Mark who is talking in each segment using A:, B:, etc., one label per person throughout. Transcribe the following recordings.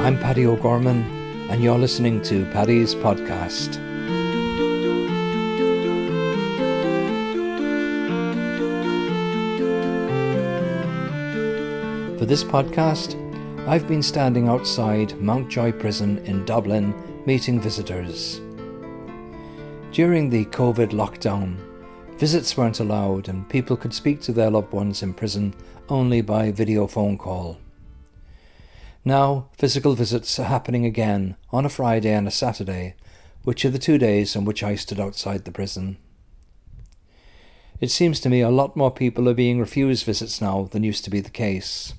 A: I'm Paddy O'Gorman, and you're listening to Paddy's Podcast. For this podcast, I've been standing outside Mountjoy Prison in Dublin meeting visitors. During the COVID lockdown, visits weren't allowed and people could speak to their loved ones in prison only by video phone call. Now, physical visits are happening again on a Friday and a Saturday, which are the two days on which I stood outside the prison. It seems to me a lot more people are being refused visits now than used to be the case.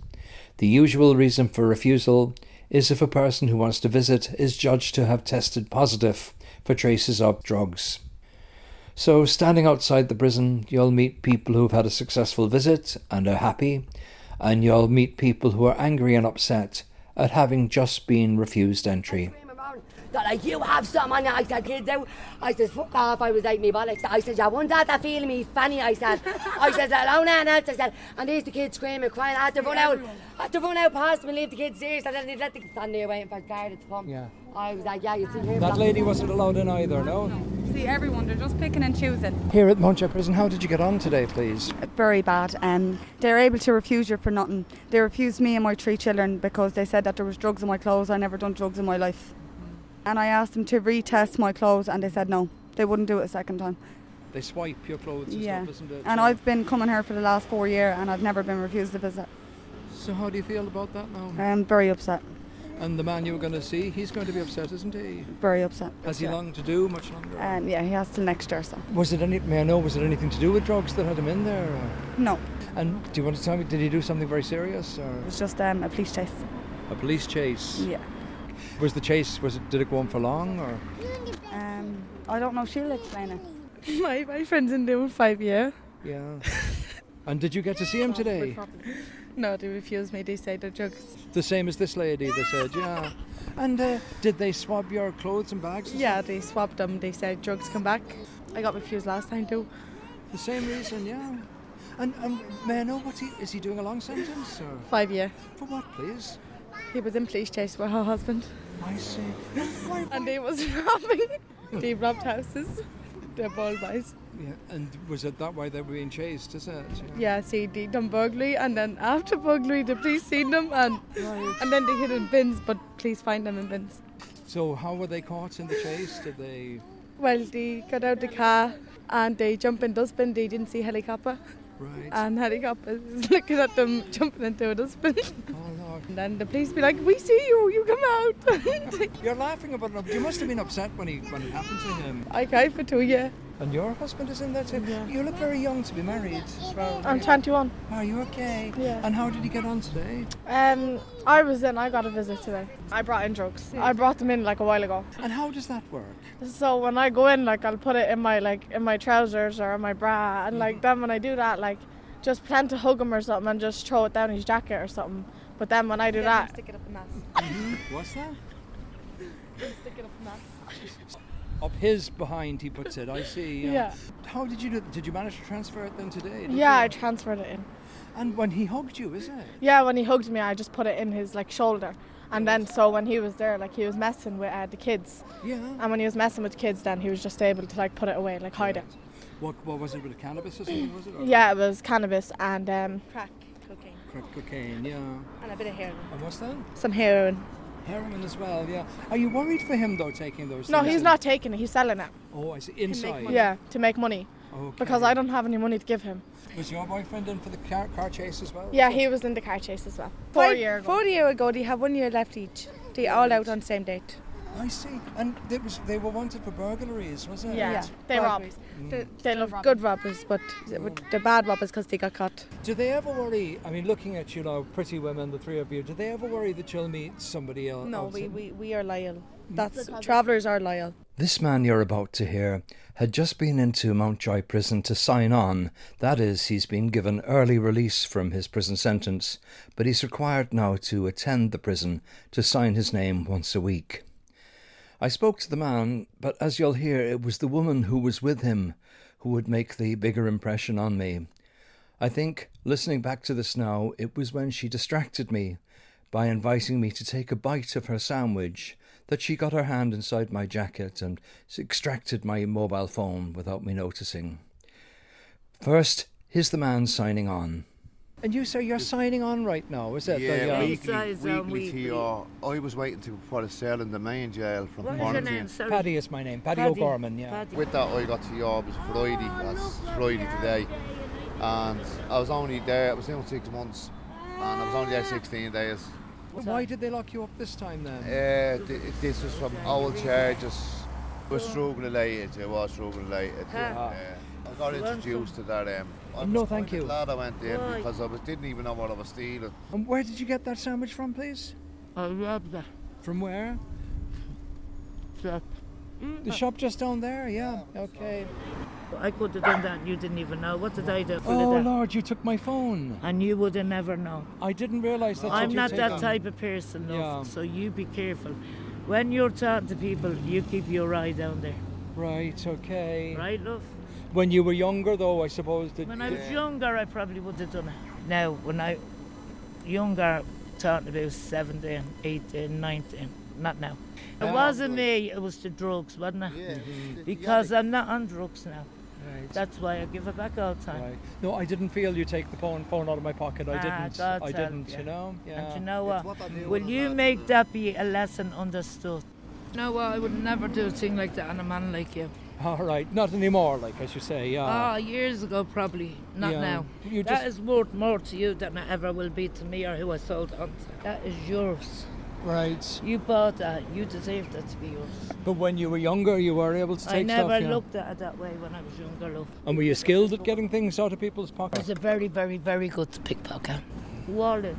A: The usual reason for refusal is if a person who wants to visit is judged to have tested positive for traces of drugs. So, standing outside the prison, you'll meet people who've had a successful visit and are happy, and you'll meet people who are angry and upset at having just been refused entry.
B: came around. They're like, you have some money. I said, kids out. I said, fuck off. I was like, me bollocks. I said, you won't have to feel me funny. I said, I said, alone and else. I said, and there's the kids screaming, crying. I had to run out. I had to run out past them and leave the kids there. So then they let the kids stand there waiting for the guard to come.
A: Yeah.
B: I was like, yeah, you see here.
A: That lady wasn't allowed in either, no?
C: See, everyone, they're just picking and choosing.
A: Here at Mountjoy Prison, how did you get on today, please?
C: Very bad. Um, they're able to refuse you for nothing. They refused me and my three children because they said that there was drugs in my clothes. I never done drugs in my life. And I asked them to retest my clothes and they said no. They wouldn't do it a second time.
A: They swipe your clothes and
C: yeah.
A: stuff, isn't it?
C: And I've been coming here for the last four year and I've never been refused a visit.
A: So, how do you feel about that now?
C: I'm very upset.
A: And the man you were going to see, he's going to be upset, isn't he?
C: Very upset.
A: Has he long to do? Much longer?
C: Um, yeah, he has till next year, so.
A: was it any, may I know, was it anything to do with drugs that had him in there? or-
C: No,
A: And do you want to tell me, did he do something very serious? Or?
C: it's just um, a police chase.
A: A police chase.
C: Yeah. Mm.
A: Was the chase? Was it? Did it go on for long? Or
C: Um, I don't know, she'll explain it.
D: My boyfriend's in there with five year.
A: yeah. and did you get to see him today?
D: No, they refused me. They say they're drugs.
A: The same as this lady. They said, yeah. And uh, did they swab your clothes and bags? and
D: Yeah, they swabbed them. They said drugs come back. I got refused last time too.
A: stuff? The same reason, yeah. And, and may I know what he is he doing a long sentence or
D: Five year.
A: for what, please?
D: He was in police chase with her husband,
A: I see.
D: and they was robbing. they robbed houses. They're ball boys.
A: Yeah. And was it that way they were being chased? Is it?
D: Yeah, see, they done burglary, and then after burglary, the police seen them, and and then they hid in bins. But police find them in bins.
A: So how were they caught in the chase? Did they?
D: Well, they got out the car, and they jump in dustbin. They didn't see helicopter.
A: Right.
D: and helicopters is looking at them jumping into a dustbin.
A: oh Lord.
D: and then the police be like, "We see you, you come out."
A: You're laughing about it. You must have been upset when he when it happened to him.
D: I cried for two years.
A: And your husband is in there too. You look very young to be married.
D: Um,
E: I'm 21.
A: Are you okay?
E: Yeah.
A: And how did he get on today?
E: Um, I was in. I got a visit today. I brought in drugs. I brought them in like a while ago.
A: And how does that work?
E: So when I go in, like I'll put it in my like in my trousers or in my bra, and like then when I do that, like just plan to hug him or something and just throw it down his jacket or something. But then when I do that,
D: Stick it up the mask.
A: What's that? Up his behind, he puts it. I see.
E: Yeah.
A: How did you do? Did you manage to transfer it then today? did
E: yeah, I
A: you?
E: transferred it in.
A: and when he hugged you, is it?
E: Yeah, when he hugged me, I just put it in his like shoulder. And then, so when he was there, like he was messing with uh, the kids,
A: Yeah.
E: and when he was messing with the kids, then he was just able to like put it away, like hide it.
A: What, what was it with cannabis or something? Was it? Or
E: Yeah, it was cannabis and um,
D: Crack, cocaine,
A: crack Cocaine. Yeah.
D: and a bit of heroin.
A: And what's that?
D: Some heroin.
A: Heroin as well. Yeah. Are you worried for him though, taking those?
E: No,
A: things
E: he's
A: in?
E: not taking it. He's selling it.
A: Oh, I see. Inside.
E: Yeah, to make money
A: Okay.
E: because I don't have any money to give him.
A: Was your boyfriend in for the car, car chase as well?
E: Yeah, he was in the car chase as well. Four year ago.
D: Four year ago, they have one year left each. They all out on the same date.
A: I see. And they, was, they were wanted for burglaries, was it?
E: Yeah. They rob.
D: burglaries. They-
E: They love good.
D: Good robbers, but the bad robbers because they got caught.
A: Do they ever worry? I mean, looking at you now, pretty women, the three of you, do they ever worry that you'll meet somebody else?
D: No, we, we, we are loyal. That's travellers are loyal.
A: This man you're about to hear had just been into Mountjoy Prison to sign on. That is, he's been given early release from his prison sentence, but he's required now to attend the prison to sign his name once a week. I spoke to the man, but as you'll hear, it was the woman who was with him who would make the bigger impression on me. I think, listening back to this now, it was when she distracted me by inviting me to take a bite of her sandwich that she got her hand inside my jacket and s- extracted my mobile phone without me noticing. First, here's the man signing on. And you say you're signing on right now, is it?
F: Yeah,
A: The, uh,
F: weekly,
G: Size on
F: weekly TR. I was waiting to for a sale in the main jail from
G: What is your name?
F: quarantine.
G: Sorry.
A: Paddy is my name, Paddy,
G: Paddy.
A: O'Gorman, yeah.
G: Paddy.
F: With that, I got to your was Friday.
G: Oh,
F: That's Friday today, and I was only there. I was there six months, and I was only there
G: Ah.
F: 16 days.
A: Why did they lock you up this time then?
F: Uh, th- this was from old charges. It was drug related. It was drug related. Yeah. I got introduced to that. Um, I was
A: Ah. No, thank
F: kinda
A: you.
F: Glad I went there
G: Why?
F: because I was, didn't even know what I was stealing.
A: And Um, where did you get that sandwich from, please?
G: I robbed her.
A: From where?
G: So
A: The shop just down there, yeah. Okay.
G: I could have done that and you didn't even know. What did I do? Full of
A: Oh
G: that.
A: Lord, you took my phone.
G: And you would have never known.
A: I didn't realise that.
G: I'm
A: you
G: not
A: took
G: that
A: them.
G: type of person, love,
A: Yeah.
G: so you be careful. When you're talking to people, you keep your eye down there.
A: Right. Okay.
G: Right, love?
A: When you were younger, though, I suppose that.
G: When I was younger, I probably would have done it. Now, when I younger, talking about 17, 18, 19, not now. It wasn't me, it was the drugs, wasn't it?
A: Hmm.
G: Because I'm not on drugs now.
A: Right.
G: That's why I give it back all the time.
A: right. No, I didn't feel you take the phone phone out of my pocket. I
G: Ah,
A: didn't.
G: God's
A: I
G: help,
A: didn't.
G: yeah.
A: You know. Yeah.
G: And you know what? Will you make that be a lesson understood? No, well, I would never do a thing like that on a man like you.
A: All right. Not anymore. Like as you say. Yeah.
G: Ah, years ago, probably. Not
A: Yeah.
G: now.
A: You
G: That
A: just-
G: is worth more to you than it ever will be to me or who I sold it on to. That is yours.
A: right.
G: You bought that. You deserve that to be yours.
A: But when you were younger, you were able to take
G: I never
A: stuff. yeah.
G: looked at it that way when I was younger, love.
A: And were you skilled at getting things out of people's pockets?
G: It's a very, very, very good pickpocket. Wallet,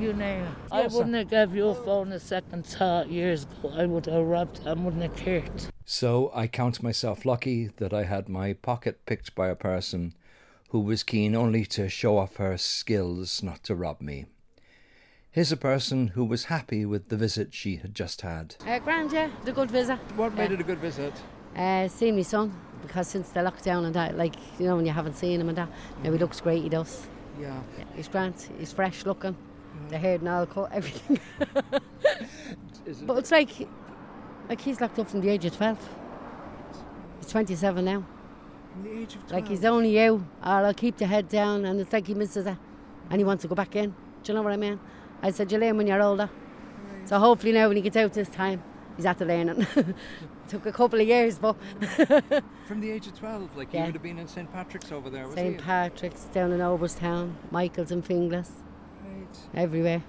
G: you name it. I
A: Yes, sir.
G: wouldn't have gave your phone a second thought years ago. I would have robbed and wouldn't have cared.
A: So I count myself lucky that I had my pocket picked by a person who was keen only to show off her skills, not to rob me. Here's a person who was happy with the visit she had just had.
H: Uh, grand, yeah, the good visit.
A: What made it a good visit?
H: Uh, seeing my son because since the lockdown and that, like you know, when you haven't seen him and that, now he looks great. He does.
A: Mm-hmm. Yeah. Mm-hmm.
H: Yeah, He's grand. He's fresh looking. The hair and all cut, everything. but it's like, like he's locked up from the age of twelve. He's twenty-seven now.
A: the age of
H: Like he's only you. Or I'll keep the head down, and it's like he misses it, and he wants to go back in. Do you know what I mean? I said, you learn when you're older. So hopefully now when he gets out this time, he's at the learning. Took a couple of years, but
A: From the age of 12, like
H: Yeah.
A: you would have been in St. Patrick's over there, was
H: St.
A: he?
H: Patrick's down in Oberstown, Michael's and Finglas,
A: Right.
H: everywhere.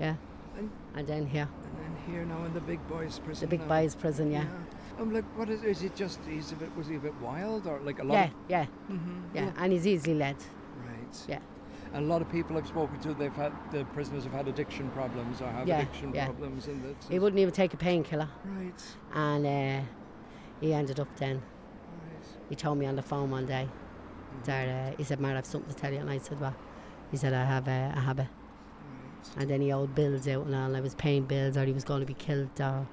H: Yeah.
A: And-
H: And then here,
A: And then here now in the big boys' prison.
H: the big
A: now.
H: boys' prison, yeah.
A: Um, like, what is, is it just, he's a bit, was he a bit wild or like a lot
H: Yeah,
A: of...
H: yeah,
A: Mhm.
H: yeah. And he's easily led.
A: Right.
H: Yeah.
A: A lot of people I've spoken to, they've had the prisoners have had addiction problems or have
H: Yeah,
A: addiction
H: yeah.
A: problems, and that's
H: He wouldn't even take a painkiller.
A: right.
H: And uh, he ended up then,
A: Right.
H: he told me on the phone one day that uh, he said, Mar, I have something to tell you. And I said, What? He said, I have a, I have a. And then he owed bills out and all. I was paying bills or he was going to be killed. Or...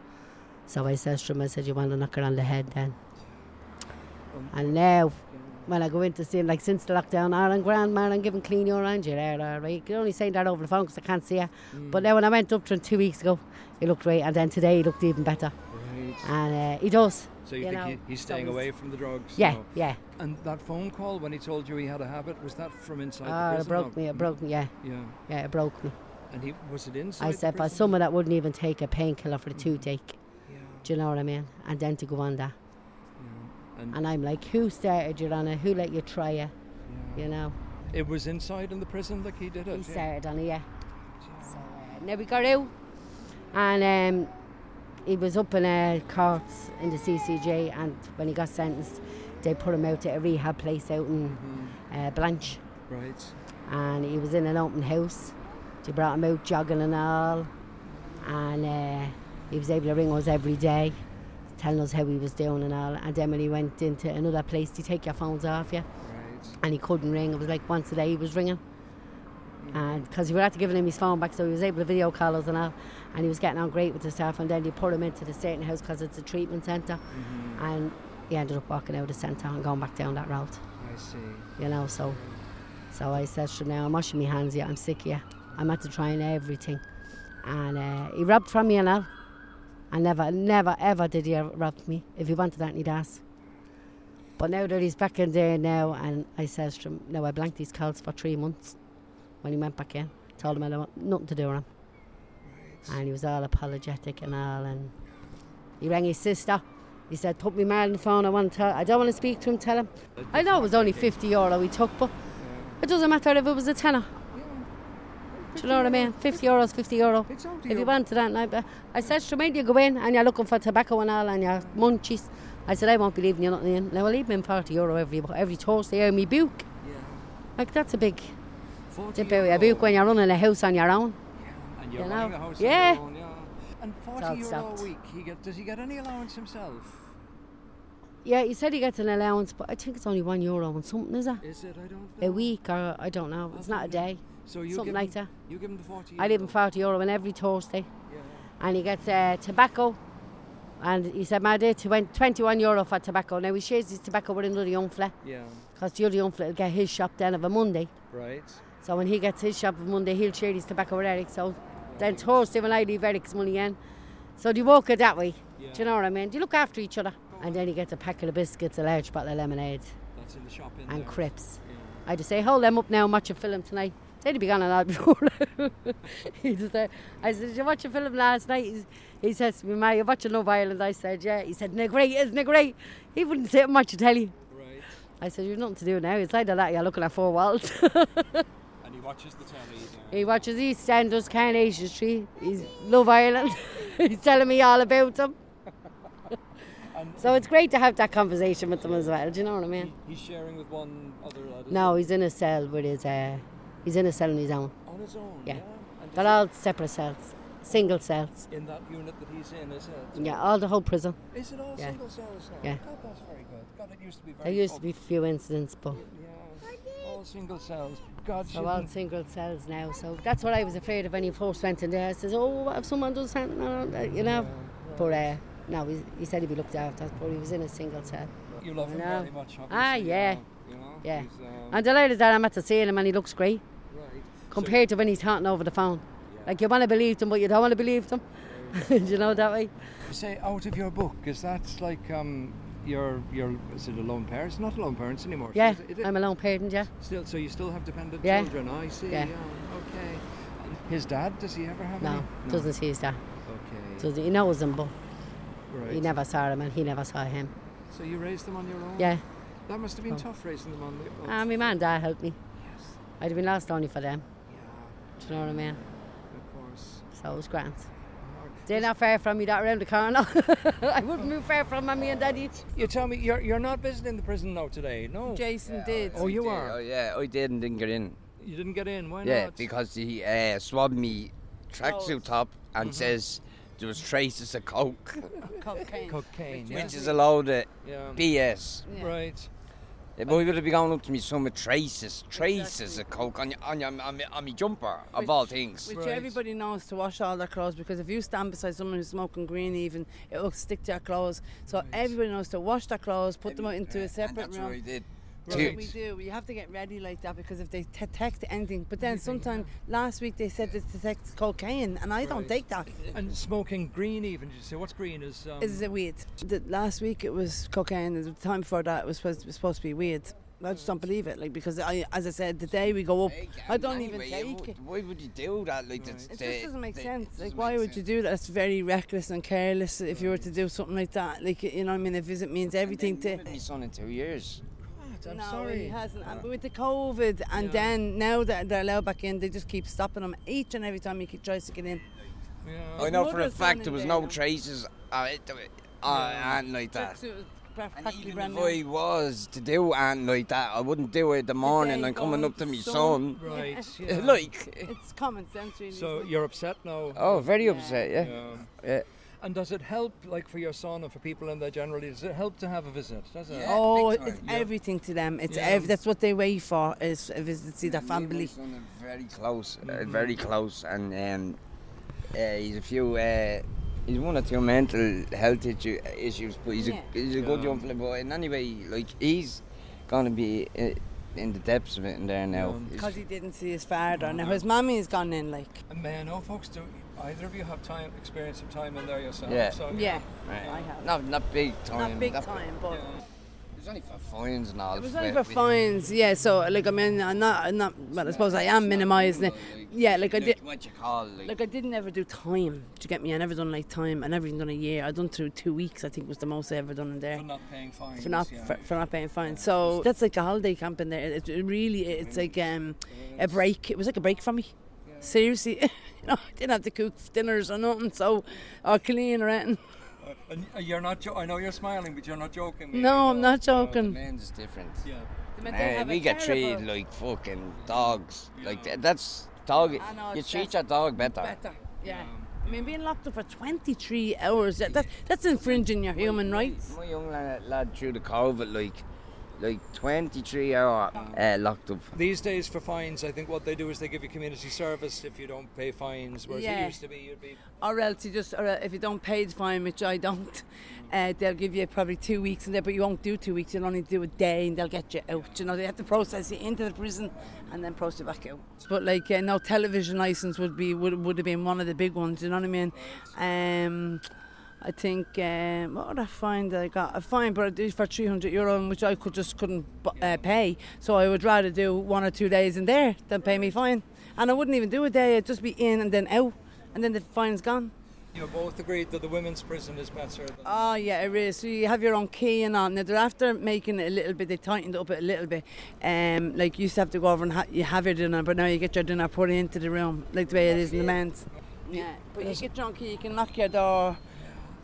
H: So I said to him, I said, You want to knock her on the head then? And now, when I go in to see him, like since the lockdown, Ireland, Grand Man, I'm giving clean your hand, you're there, all right. You can only say that over the phone because I can't see her.
A: Mm.
H: But now, when I went up to him two weeks ago, he looked great. And then today, he looked even better.
A: Right.
H: And uh, he does.
A: So you,
H: you
A: think
H: know,
A: he, he's staying
H: so he's-
A: away from the drugs?
H: Yeah,
A: now.
H: yeah.
A: And that phone call when he told you he had a habit was that from inside
H: Oh,
A: the
H: it
A: prison?
H: broke
A: or-
H: me, it broke me, yeah.
A: Yeah.
H: Yeah, it broke me.
A: And he was it inside?
H: I
A: the
H: said, for
A: prison?
H: someone that wouldn't even take a painkiller for the toothache,
A: Yeah.
H: do you know what I mean? And then to go on that.
A: yeah. And,
H: And I'm like, who started you on it? Who let you try it?
A: yeah.
H: You know,
A: it was inside in the prison like he did it.
H: he
A: yeah.
H: started on it, yeah. So uh, now we got out, and um, he was up in uh, courts in the CCJ, and when he got sentenced, they put him out to a rehab place out in uh, Blanche,
A: Right.
H: and he was in an open house. They brought him out jogging and all, and uh, he was able to ring us every day, telling us how he was doing and all. And then when he went into another place, they take your phones off you
A: Right.
H: and he couldn't ring. It was like once a day he was ringing. And because we were after giving him his phone back, so he was able to video call us and all, and he was getting on great with the staff. And then they put him into the certain house because it's a treatment center and he ended up walking out of the centre and going back down that route,
A: I see.
H: you know. So, so I said to him, "Now I'm washing my hands. Yeah, I'm sick. Yeah, I'm at to trying everything. and uh, he robbed from me and all. And never, never, ever did he ever rob me. If he wanted that, he'd ask. But now that he's back in there now, and I says to him, now I blanked these calls for three months when he went back in. Told him I don't want nothing to do with him. And he was all apologetic and all. And he rang his sister. He said, put me man on the phone. I want to tell, I don't want to speak to him. Tell him. I know it was only 50 euro he took, but it doesn't matter if it was a tenner. Do you know what I mean? 50 euros, 50 euro. If you want to that night, but I said, Shermaine, you go in and you're looking for tobacco and all and your munchies. I said, I won't be leaving you nothing in. Now, I leave him 40 euro every, every Thursday out me book. Like, that's a big dip out of your book when you're running a house on your own.
A: And you're
H: you
A: running
H: know.
A: a house
H: Yeah.
A: on your own, yeah. And 40
H: all
A: euro
H: stopped.
A: a week, he get, does he get any allowance himself?
H: Yeah, he said he gets an allowance, but I think it's only one euro and something, is it?
A: Is it? I don't know.
H: A week or I don't know. It's not a day.
A: So you
H: something
A: give
H: like
A: him,
H: that.
A: You give him the 40
H: I leave him
A: euro.
H: 40 euro in every Thursday.
A: Yeah.
H: and he gets uh, tobacco. And he said, my dear, 21 euro for tobacco. Now he shares his tobacco with another young fella,
A: Yeah,
H: because the other young fella will get his shop then of a Monday.
A: right.
H: So when he gets his shop on Monday, he'll share his tobacco with Eric. So then Thursday when I leave Eric's money in. So do you walk it that way? Do you know what I mean? Do you look after each other? And then he gets a packet of biscuits, a large bottle of lemonade,
A: That's in the shop in
H: and
A: there.
H: crisps.
A: Yeah.
H: I just say, hold them up now and watch a film tonight. They'd be gone an hour before. he just said, I said, did you watch a film last night? He's, he says to me, Ma, you watching Love Island? I said, yeah. He said, no, great, isn't it great? He wouldn't sit and watch a telly.
A: Right.
H: I said, you've nothing to do now. It's either that, you're looking at four walls.
A: And he watches the telly. Yeah.
H: he watches EastEnders, Carnation Street. He's Love Island. He's telling me all about them. so it's great to have that conversation with them as well. Do you know what I mean?
A: He- He's sharing with one other lad. is
H: No,
A: he?
H: he's in a cell with his, uh, he's in a cell on his own.
A: on his own. Yeah.
H: Yeah.
A: And
H: They're all separate cells, single cells.
A: in that unit that he's in, is it?
H: Yeah, all the whole prison.
A: Is it all
H: Yeah.
A: single cells now?
H: Yeah.
A: God, that's very good. God, it used to be very.
H: There used to
A: pub-
H: be few incidents, but
A: Yeah. All single cells. God,
H: they're all
A: shouldn't-
H: single cells now. So that's what I was afraid of when he first went in there. I says, oh, what if someone does something, or, uh, you know? But uh, no, he, he said he'd be looked after, but he was in a single cell.
A: you love him
H: know.
A: very much. Obviously,
H: Ah, yeah.
A: You know.
H: Yeah.
A: He's, um,
H: I'm delighted that I'm at the seeing him and he looks great
A: right.
H: compared to when he's talking over the phone. Like you want to believe them, but you don't want to believe them. Do you know that way?
A: So, say out of your book. Is that like um, your your is it a lone parent? It's not a lone parents anymore. so
H: Yeah,
A: is it- it is-
H: I'm a lone parent, yeah.
A: Still, so you still have dependent
H: Yeah.
A: children. I see.
H: Yeah.
A: Okay. And His dad? Does he ever have any?
H: No, doesn't see his dad.
A: Okay.
H: Doesn't, he knows him, but
A: right.
H: he never saw him and he never saw him.
A: So you raised them on your own?
H: Yeah. Oh.
A: That must have been tough raising them on
I: Oh.
A: the. oh.
H: Ah, my man and dad helped me.
A: Yes.
H: I'd have been lost only for them.
A: Yeah.
H: Do you know what I mean?
A: Of course.
H: So it was grand. They're not far from me, that around the corner. I wouldn't move far from my me and daddy.
A: You tell me you're you're not visiting the prison now today, no?
J: Jason did.
A: Oh, you
J: Oh,
A: are.
J: yeah, I did and didn't get in.
A: You didn't get in.
I: Oh,
A: Why
J: Yeah,
A: not?
J: because he uh, swabbed me tracksuit top and says there was traces of coke, cocaine,
A: cocaine. Yeah.
J: which is a load of
A: yeah.
J: BS.
I: Mm.
A: Right.
J: Yeah, but we would have been going up to me some with traces, traces of coke on your, on your, on my, on my jumper of all things.
A: which-
J: Which,
A: Right.
I: Which everybody knows to wash all their clothes because if you stand beside someone who's smoking green, even it will stick to your clothes. So everybody knows to wash their clothes, put them out into a separate
J: that's
I: room.
J: what I did.
I: That's
J: Two-
I: what we do. We have to get ready like that because if they detect anything, but then sometimes last week they said they detect cocaine, and I don't take that.
A: And smoking green, even. Did you say what's green is? Um,
I: Is it weird? The, last week it was cocaine, and the time before that it was supposed, it was supposed to be weird. I just don't believe it, like because I, as I said, the day we go up,
J: Take it
I: I don't
J: anyway,
I: even
J: you
I: take it.
J: would- Why would you do that? Like, it's,
I: It
J: uh,
I: just doesn't make
J: it
I: sense. Like,
J: doesn't
I: why
J: make
I: would you
J: sense.
I: do that? That's very reckless and careless. If you were to do something like that, like you know, what I mean, a visit means
J: And
I: everything
J: then
I: to.
J: you haven't been son in two years.
A: I'm
I: no,
A: sorry.
I: it hasn't. And- But with the COVID, and then now that they're allowed back in, they just keep stopping them each and every time he tries to get in.
A: Yeah.
J: I know for a
I: mother's
J: fact
I: gone
J: there
I: in
J: was
I: there
J: no
I: now.
J: traces uh, it, uh, and like that.
I: It was
J: And
I: practically
J: even
I: brand
J: if
I: new.
J: I was to do and like that, I wouldn't do it the morning
I: day
J: and coming
I: gone,
J: up to me
I: sun.
J: son.
A: Right. Yeah.
J: like,
I: It's common sense, really.
A: So
I: isn't it?
A: you're upset now.
J: oh, very upset, yeah.
A: Um,
J: Yeah.
A: And does it help, like for your son and for people in there generally? Does it help to have a visit? Does it?
J: Yeah.
I: Oh,
J: big
I: it's
J: time.
I: everything to them. It's
A: Yeah.
I: ev- that's what they wait for is a visit to see their
J: Me and my
I: family. Mm-hmm.
J: son are very close, uh, very close, and um, uh, he's a few. Uh, he's one or two mental health issue, issues, but he's
I: Yeah.
J: a he's a good
A: Yeah.
J: young fella. But in any way, like he's gonna be uh, in the depths of it in there now.
A: Yeah.
J: He's-
I: Because he didn't see his father. Now his mommy has gone in, like.
A: And man, oh, folks, do Either of you have time, experience of time in there yourself.
J: Yeah.
A: So,
J: Right. Not, not big time.
I: Not big time, but.
J: It was only for fines and all.
I: It was only for fines, yeah. So, like, I mean, I'm not, I'm not. Well, I suppose I am minimising it. Yeah, like I did.
J: What you call like,
I: Like I didn't ever do time. Do you get me? I never done like time. I never even done a year. I done through two weeks. I think was the most I ever done in there.
A: For not paying fines,
I: For not
A: yeah.
I: for, for not paying fines. So that's like a holiday camp in there. It, it really it's like um a break. It was like a break for me. Seriously, you know, I didn't have to cook dinners or nothing. So or clean or anything.
A: And you're not. Jo- I know you're smiling, but you're not joking. me.
I: No, I'm not
J: No, the
I: joking.
J: men's is different.
A: Yeah.
I: The men, they
J: Man,
I: have
J: we
I: a
J: get treated
I: terrible-
J: like fucking dogs. Like that, that's dog.
I: I know,
J: you
I: it's
J: treat
I: best-
J: your dog better.
I: Better. Yeah. I mean, being locked up for 23 hours, that, that, that's infringing your human rights.
J: My young lad, lad through the COVID, like, like 23 hour uh, locked up.
A: These days, for fines, I think what they do is they give you community service if you don't pay fines, whereas it
I: Yeah.
A: used to be you'd be.
I: Or else you just, or uh, if you don't pay the fine, which I don't, uh, they'll give you probably two weeks in there, but you won't do two weeks, you'll only do a day and they'll get you out. You know, they have to process you into the prison and then process you back out. But like, uh, no television license would be, would, would have been one of the big ones, you know what I mean? Um, I think, um, what would I find that I got? A fine but it was for 300 euro, in which I could just couldn't bu- uh, pay. So I would rather do one or two days in there than pay me fine. And I wouldn't even do a day, I'd just be in and then out. And then the fine's gone.
A: You both agreed that the women's prison is better. Than
I: Oh yeah, it is. So you have your own key and all. Now they're after making it a little bit. They tightened up it a little bit. Um, like you used to have to go over and ha- you have your dinner, but now you get your dinner put into the room, like the way it is in the men's. Yeah, but you get your own key. You can knock your door.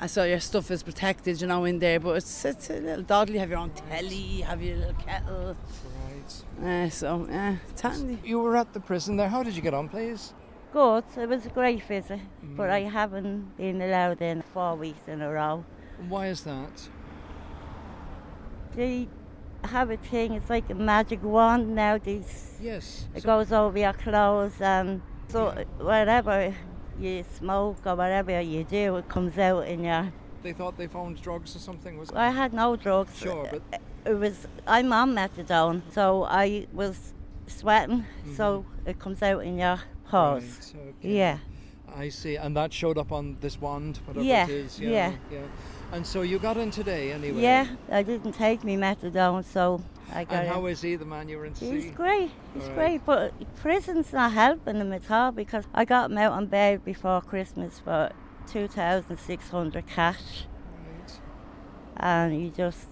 I: I saw your stuff is protected, you know, in there. But it's it's a little dodgy. You Have your own telly. You have your little kettle. Uh, so yeah, it's handy.
A: You were at the prison there. How did you get on, please?
K: Good. It was a great visit, but
A: Mm.
K: I haven't been allowed in four weeks in a row.
A: Why is that?
K: They have a thing. It's like a magic wand now. They s-
A: Yes.
K: It goes over your clothes and um, so whatever you smoke or whatever you do, it comes out in your.
A: They thought they found drugs or something. Was
K: I had no drugs.
A: Sure, but
K: it was I'm on methadone, so I was sweating, so it comes out in your pores.
A: Right,
K: Oh. Yeah.
A: I see, and that showed up on this wand, whatever
K: Yeah,
A: it is.
K: yeah.
A: yeah. And so you got in today, anyway.
K: Yeah, I didn't take me methadone, so I got
A: And
K: it.
A: how is he, the man you were in to
K: He's
A: see?
K: great. He's
A: All right.
K: great, but prison's not helping him at all because I got him out on bail before Christmas for two thousand six hundred cash, and he just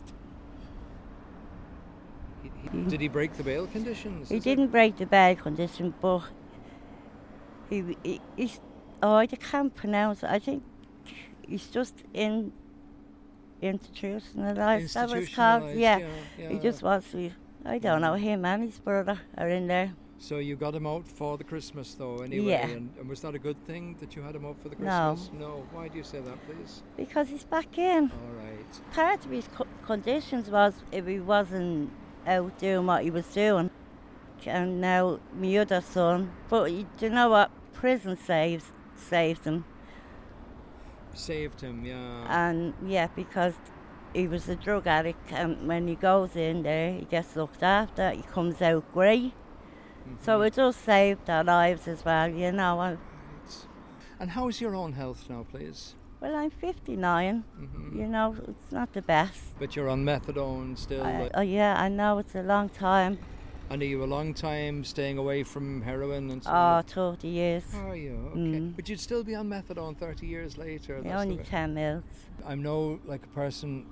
A: Did he break the bail conditions?
K: he
A: Is it-
K: didn't break the bail condition, but he, he he's oh I can't pronounce it. I think he's just in institutionalized. That was called.
A: Institutionalised,
K: Yeah.
A: yeah,
K: He
A: yeah.
K: just wants to. I don't know him and his brother are in there.
A: So you got him out for the Christmas, though, anyway.
K: Yeah.
A: And, and was that a good thing that you had him out for the
K: No.
A: Christmas? No. Why do you say that, please?
K: Because he's back in.
A: All right.
K: Part of his co- conditions was if he wasn't out doing what he was doing. And now my other son, but you, do you know what? Prison saves saved him.
A: Saved him, yeah.
K: And yeah, because he was a drug addict, and when he goes in there, he gets looked after. He comes out great. So it does save their lives as well, you know. And,
A: and how is your own health now, please?
K: well, I'm 59. You know, it's not the best.
A: But you're on methadone still.
K: I,
A: like-
K: oh yeah, I know it's a long time.
A: and are you a long time staying away from heroin and
K: Oh,
A: stuff?
K: 30 years.
A: Are you? Okay.
K: Mm.
A: But you'd still be on methadone 30 years later.
K: Yeah,
A: that's the
K: only
A: way-
K: 10 mils.
A: I'm no like a person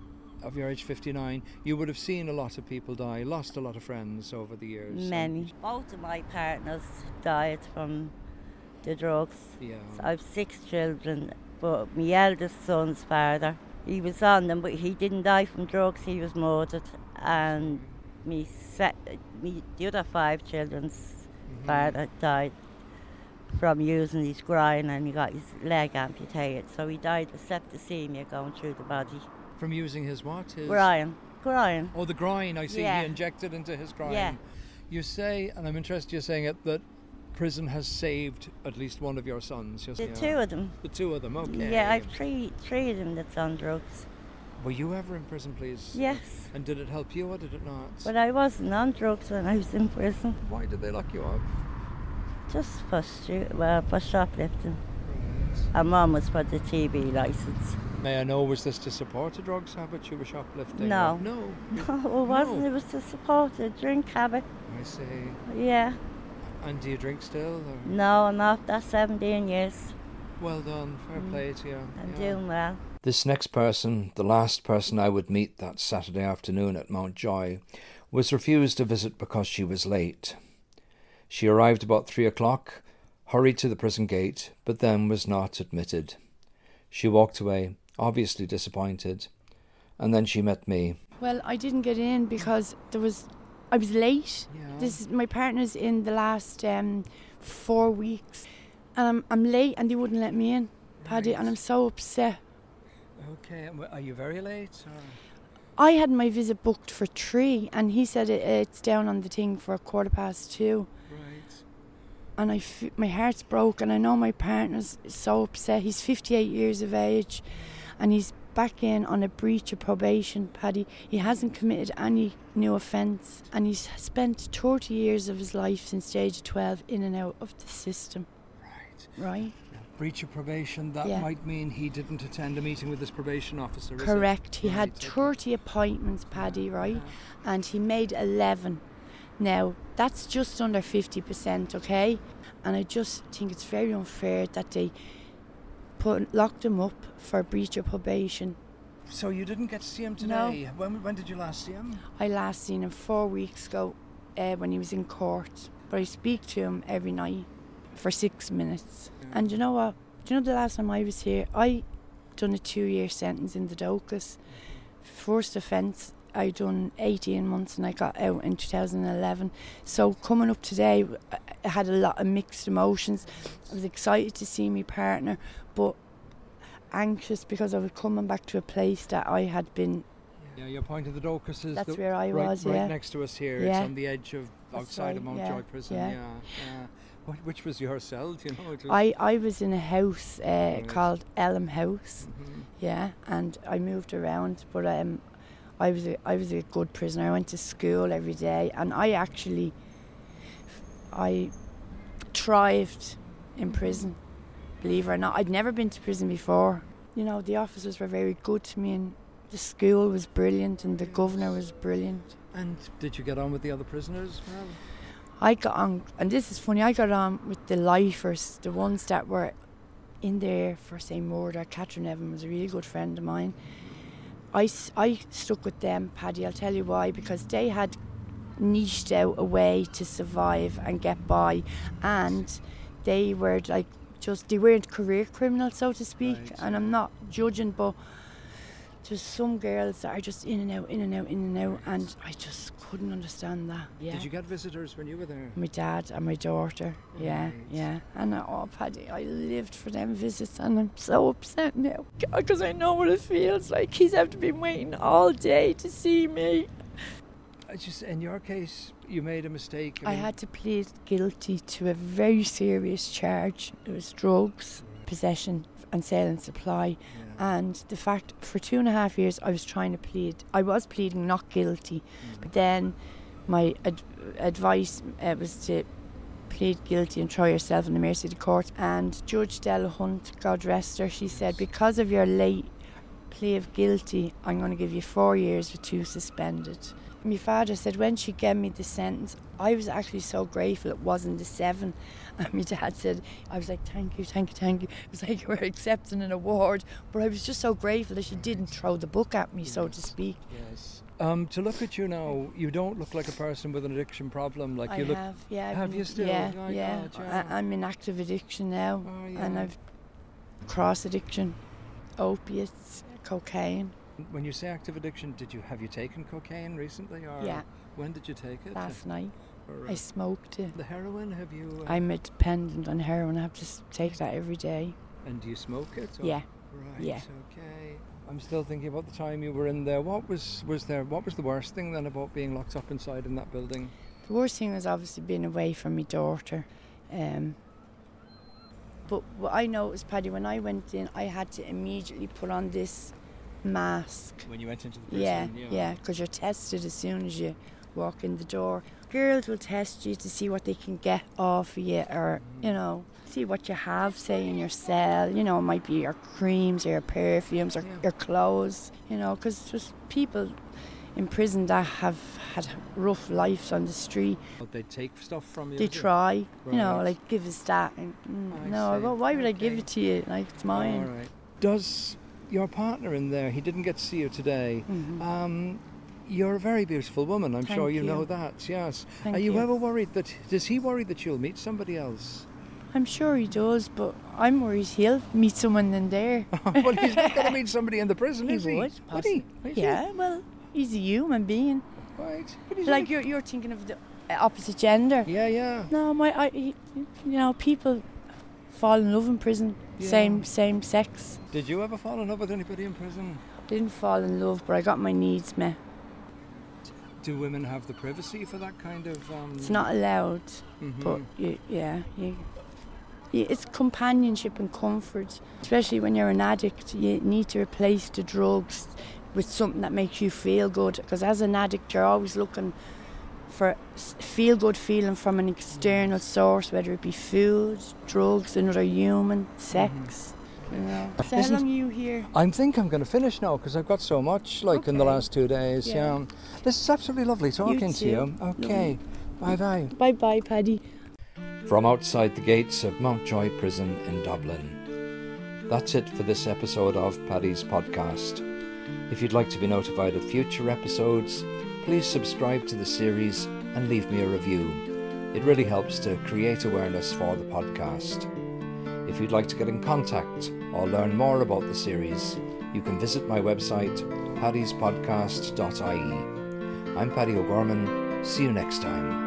A: of your age 59. You would have seen a lot of people die, lost a lot of friends over the years. and-
K: Many. Both of my partners died from the drugs.
A: Yeah.
K: So I've six children, but my eldest son's father, he was on them, but he didn't die from drugs. He was murdered, and me, se- me the other five children's father died from using his grind, and he got his leg amputated. So he died of septicemia going through the body.
A: From using his what? His
K: Grind, grind.
A: Oh, the groin. I see.
K: Yeah.
A: He injected into his groin.
K: Yeah.
A: You say, and I'm interested you're saying it, that prison has saved at least one of your sons. Yes,
K: The
A: yeah.
K: two of them.
A: The two of them. Okay.
K: Yeah, I've three, three of them that's on drugs.
A: Were you ever in prison, please?
K: Yes.
A: And did it help you or did it not?
K: But I wasn't on drugs when I was in prison.
A: Why did they lock you up?
K: Just for, stu- well, for shoplifting.
A: Right.
K: and mum was for the TV license.
A: May I know, was this to support a drugs habit you were shoplifting?
K: No.
A: No.
K: No, it Oh, wasn't. It was to support a drink habit.
A: I see.
K: Yeah.
A: And do you drink still? Or?
K: No, not that 17 years.
A: Well done. Fair
K: Mm.
A: play to you.
K: I'm doing well.
A: This next person, the last person I would meet that Saturday afternoon at Mountjoy, was refused a visit because she was late. She arrived about three o'clock, hurried to the prison gate, but then was not admitted. She walked away, obviously disappointed, and then she met me.
L: Well, I didn't get in because there was I was late. This is my partner's in the last um, four weeks, and I'm I'm late, and they wouldn't let me in, Paddy, and I'm so upset.
A: Okay, are you very late?
L: I had my visit booked for three, and he said it, it's down on the thing for a quarter past two.
A: Right.
L: And I f- my heart's broke, and I know my partner's so upset. He's 58 years of age, and he's back in on a breach of probation, Paddy. He hasn't committed any new offence, and he's spent 30 years of his life since the age of 12 in and out of the system. Right. Right?
A: Breach of probation, that
L: Yeah.
A: might mean he didn't attend a meeting with his probation officer, is it?
L: Correct. He had 30 appointments, Paddy, right? And he made 11. Now, that's just under 50%, okay? And I just think it's very unfair that they put locked him up for breach of probation.
A: So you didn't get to see him
L: No.
A: today? When, when did you last see him?
L: I last seen him four weeks ago uh, when he was in court, but I speak to him every night for six minutes. And you know what? Do you know the last time I was here, I done a two-year sentence in the Docus. First offence, I done 18 months and I got out in 2011. So coming up today, I- I had a lot of mixed emotions. I was excited to see my partner, but anxious because I was coming back to a place that I had been
A: Yeah, your point of the Dorcas is
L: That's
A: the-
L: where I
A: right,
L: was,
A: right
L: yeah.
A: next to us here.
L: Yeah.
A: It's on the edge of
L: That's
A: outside of
L: right,
A: Mountjoy
L: yeah,
A: Prison. Yeah.
L: yeah.
A: yeah. What, which was your cell? Do you know? It was-
L: I, I was in a house uh,
A: Right.
L: called Elm House, yeah, and I moved around, but um, I was a, I was a good prisoner. I went to school every day, and I actually I thrived in prison. Believe it or not, I'd never been to prison before. You know, the officers were very good to me, and the school was brilliant, and the governor was brilliant.
A: And did you get on with the other prisoners? Well,
L: I got on, and this is funny. I got on with the lifers, the ones that were in there for say murder. Catherine Evan was a really good friend of mine. I, s- I stuck with them, Paddy. I'll tell you why. Because they had niched out a way to survive and get by, and they were like just they weren't career criminals, so to speak. And I'm not judging, but just some girls that are just in and out, in and out, in and out, and I just couldn't understand that. Yeah.
A: Did you get visitors when you were there?
L: My dad and my daughter. Yeah,
A: Right.
L: yeah. And I, oh, Paddy, I lived for them visits and I'm so upset now because I know what it feels like. He's have to be waiting all day to see me.
A: I just in your case, you made a mistake.
L: I
A: mean,
L: had to plead guilty to a very serious charge. It was drugs, possession, and sale and supply. And the fact, for two and a half years, I was trying to plead. I was pleading not guilty, but then my ad- advice uh, was to plead guilty and throw yourself in the mercy of the court. And Judge Della Hunt, God rest her, she said, because of your late plea of guilty, I'm going to give you four years with two suspended. My father said when she gave me the sentence, I was actually so grateful it wasn't the seven. And my dad said, I was like, thank you, thank you, thank you. It was like you were accepting an award. But I was just so grateful that she didn't throw the book at me, so to speak.
A: Yes. Um, to look at you now, you don't look like a person with an addiction problem. Like
L: I
A: you look.
L: have, yeah. I've
A: Have
L: been-
A: you still?
L: Yeah,
A: My
L: yeah.
A: God, yeah.
L: I, I'm in active addiction now, and
A: Oh, yeah.
L: I've cross addiction, opiates, cocaine.
A: When you say active addiction, did you have you taken cocaine recently? Or
L: Yeah.
A: When did you take it?
L: Last night,
A: Or,
L: I
A: uh,
L: smoked it.
A: The heroin? Have you? uh,
L: I'm dependent on heroin. I have to s- take that every day.
A: And do you smoke it? or-
L: Yeah.
A: Right.
L: Yeah.
A: Okay. I'm still thinking about the time you were in there. What was was there? What was the worst thing then about being locked up inside in that building?
L: The worst thing was obviously being away from my daughter. Um, but what I noticed, Paddy, when I went in, I had to immediately put on this mask.
A: When you went into the
L: yeah,
A: prison, yeah.
L: yeah, because you're tested as soon as you walk in the door. Girls will test you to see what they can get off you or, you know, see what you have, say, in your cell. You know, it might be your creams or your perfumes or your clothes, you know, because there's people in prison that have had rough lives on the street.
A: But they take stuff from you.
L: They
A: do
L: try, you know,
A: Right.
L: like give us that. And, mm,
A: I
L: no,
A: see.
L: well, why would I give it to you? Like it's mine.
A: All right. Does your partner in there? He didn't get to see you today. Um, you're a very beautiful woman. I'm sure
L: Thank
A: you, know
L: you.
A: that. Yes.
L: Thank
A: Are you,
L: you.
A: ever worried that? Does he worry that you'll meet somebody else?
L: I'm sure he does, but I'm worried he'll meet someone in there.
A: well, he's not going to meet somebody in the prison,
L: he
A: is he?
L: Would,
A: Would he?
L: possi-
A: Is he?
L: Yeah, well, he's a human being.
A: Right.
L: Like you're, you're thinking of the opposite gender.
A: Yeah, yeah.
L: No, my, I, he- you know, people fall in love in prison.
A: Yeah.
L: Same, same sex.
A: Did you ever fall in love with anybody in prison?
L: Didn't fall in love, but I got my needs met.
A: Do women have the privacy for that kind of? Um...
L: It's not allowed, but
A: Mhm.
L: you, yeah, you, you, it's companionship and comfort. Especially when you're an addict, you need to replace the drugs with something that makes you feel good. Because as an addict, you're always looking for feel good feeling from an external source, whether it be food, drugs, another human, sex. You know. So how
A: Isn't-
L: long are you here?
A: I think I'm going to finish now because I've got so much like in the last two days.
L: Yeah.
A: Yeah. This is absolutely lovely talking to
L: too.
A: you. Okay. Bye bye.
L: Bye bye, Paddy.
A: From outside the gates of Mountjoy Prison in Dublin. That's it for this episode of Paddy's Podcast. If you'd like to be notified of future episodes, please subscribe to the series and leave me a review. It really helps to create awareness for the podcast. If you'd like to get in contact or learn more about the series, you can visit my website, paddyspodcast.ie. I'm Paddy E. O'Gorman. See you next time.